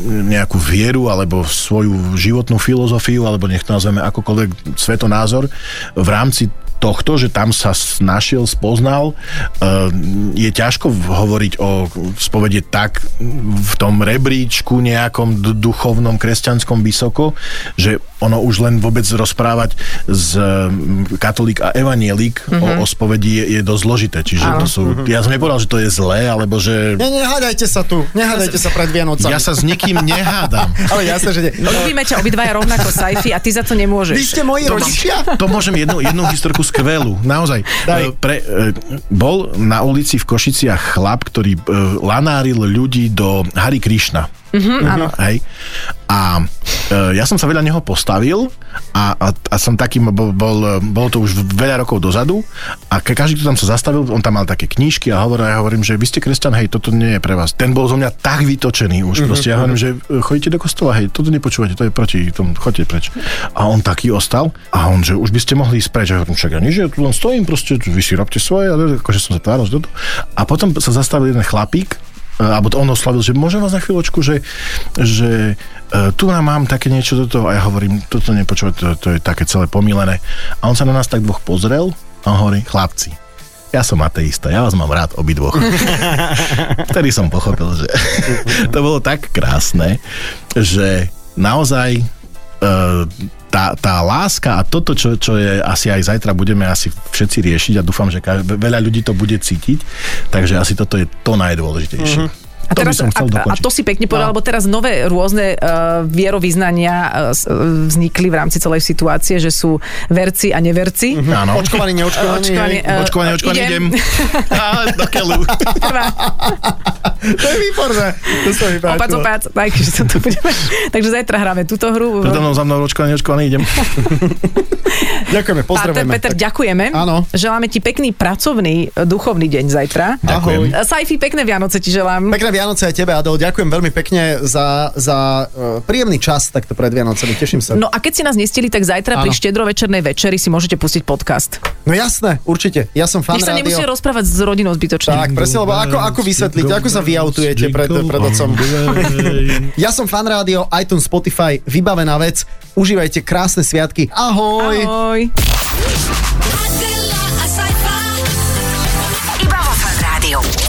Speaker 4: nejakú vieru alebo svoju životnú filozofiu, alebo nech to nazveme akokoľvek svetonázor, v rámci tohto, že tam sa s- našiel, spoznal, eh, je ťažko v- hovoriť o spovede tak v tom rebríčku nejakom d- duchovnom, kresťanskom vysoko, že ono už len vôbec rozprávať z eh, katolík a evanielik mm-hmm. o, o spovedi je, je dosť zložité. Čiže to sú, ja som nepovedal, že to je zlé, alebo že...
Speaker 3: Ne, nehádajte sa tu, nehádajte sa pred Vianocami.
Speaker 4: Ja sa s No, nikým nehádam.
Speaker 3: Ale jasné, že nie.
Speaker 2: Ľubíme ťa obidvaja rovnako, Saifi, a ty za to nemôžeš.
Speaker 3: No. Vy ste moji rodičia?
Speaker 4: To môžem jednu, jednu historku skvelú, naozaj.
Speaker 3: Daj.
Speaker 4: E, Pre, e, bol na ulici v Košiciach chlap, ktorý e, lanáril ľudí do Hari Krišna. Mm-hmm, áno. Hej. A e, ja som sa veľa neho postavil a, a, a som takým, bol, bol, e, bolo to už veľa rokov dozadu a ke, každý, kto tam sa zastavil, on tam mal také knížky a hovoril, ja hovorím, že vy ste kresťan, hej, toto nie je pre vás. Ten bol zo mňa tak vytočený už proste. Ja hovorím, že e, chodíte do kostola, hej, toto nepočúvate, to je proti tomu, chodte preč. A on taký ostal a on, že už by ste mohli ísť preč. Ja hovorím, však ja nie, že ja tu len stojím, proste tu vy si robte svoje, ale akože som sa tváral z dodu. A potom sa zastavil jeden chlapík, e, alebo to on oslavil, že môžem vás na chvíľočku, že, že e, tu nám mám také niečo toto a ja hovorím, toto nepočúvať, to, to je také celé pomílené. A on sa na nás tak dvoch pozrel a on hovorí, chlapci, ja som ateista, ja vás mám rád obidvoch. Vtedy som pochopil, že to bolo tak krásne, že naozaj e, tá, tá láska a toto, čo, čo je asi aj zajtra budeme asi všetci riešiť a dúfam, že ka- veľa ľudí to bude cítiť, takže asi toto je to najdôležitejšie.
Speaker 2: Mhm. A,
Speaker 4: To by
Speaker 2: teraz,
Speaker 4: som
Speaker 2: a,
Speaker 4: chcel
Speaker 2: a
Speaker 4: dokončiť.
Speaker 2: to si pekne
Speaker 3: No.
Speaker 2: povedal, lebo teraz nové rôzne uh, vierovýznania uh, vznikli v rámci celej situácie, že sú verci a neverci.
Speaker 3: Mhm.
Speaker 4: Áno.
Speaker 3: Očkovaní, neočkovaní.
Speaker 2: Očkovaní,
Speaker 3: hej.
Speaker 2: e,
Speaker 4: Očkovanie, očkovanie, idem. A, do keľu.
Speaker 2: Prvá,
Speaker 3: To je výborné. To sa mi
Speaker 2: opac,
Speaker 3: páčilo.
Speaker 2: opac. Tak, že to tu budeme. Takže zajtra hráme túto hru.
Speaker 4: Predo mnou, za mnou, očkovaný, očkovaný, idem.
Speaker 3: Ďakujeme,
Speaker 2: Páter,
Speaker 3: pozdravujeme.
Speaker 2: Peter, ďakujeme.
Speaker 3: Áno.
Speaker 2: Želáme ti pekný pracovný e, duchovný deň zajtra.
Speaker 4: Ďakujem.
Speaker 2: E, Saifi, pekné Vianoce ti želám.
Speaker 3: Pekné Vianoce aj tebe, Adol. Ďakujem veľmi pekne za, za e, príjemný čas takto pred Vianocami. Teším sa.
Speaker 2: No a keď si nás nestili, tak zajtra pri
Speaker 3: Áno.
Speaker 2: štedrovečernej večeri si môžete pustiť podcast.
Speaker 3: No jasné, určite. Ja som fan
Speaker 2: Tiež sa nemusíte
Speaker 3: rádio.
Speaker 2: rozprávať s rodinou zbytočne.
Speaker 3: Tak, presne, lebo ako, ako vysvetlíte, ako sa vyautujete pred, pred otcom? Ja som fan rádio, iTunes, Spotify, vybavená vec. Užívajte krásne sviatky. Ahoj!
Speaker 2: Ahoj.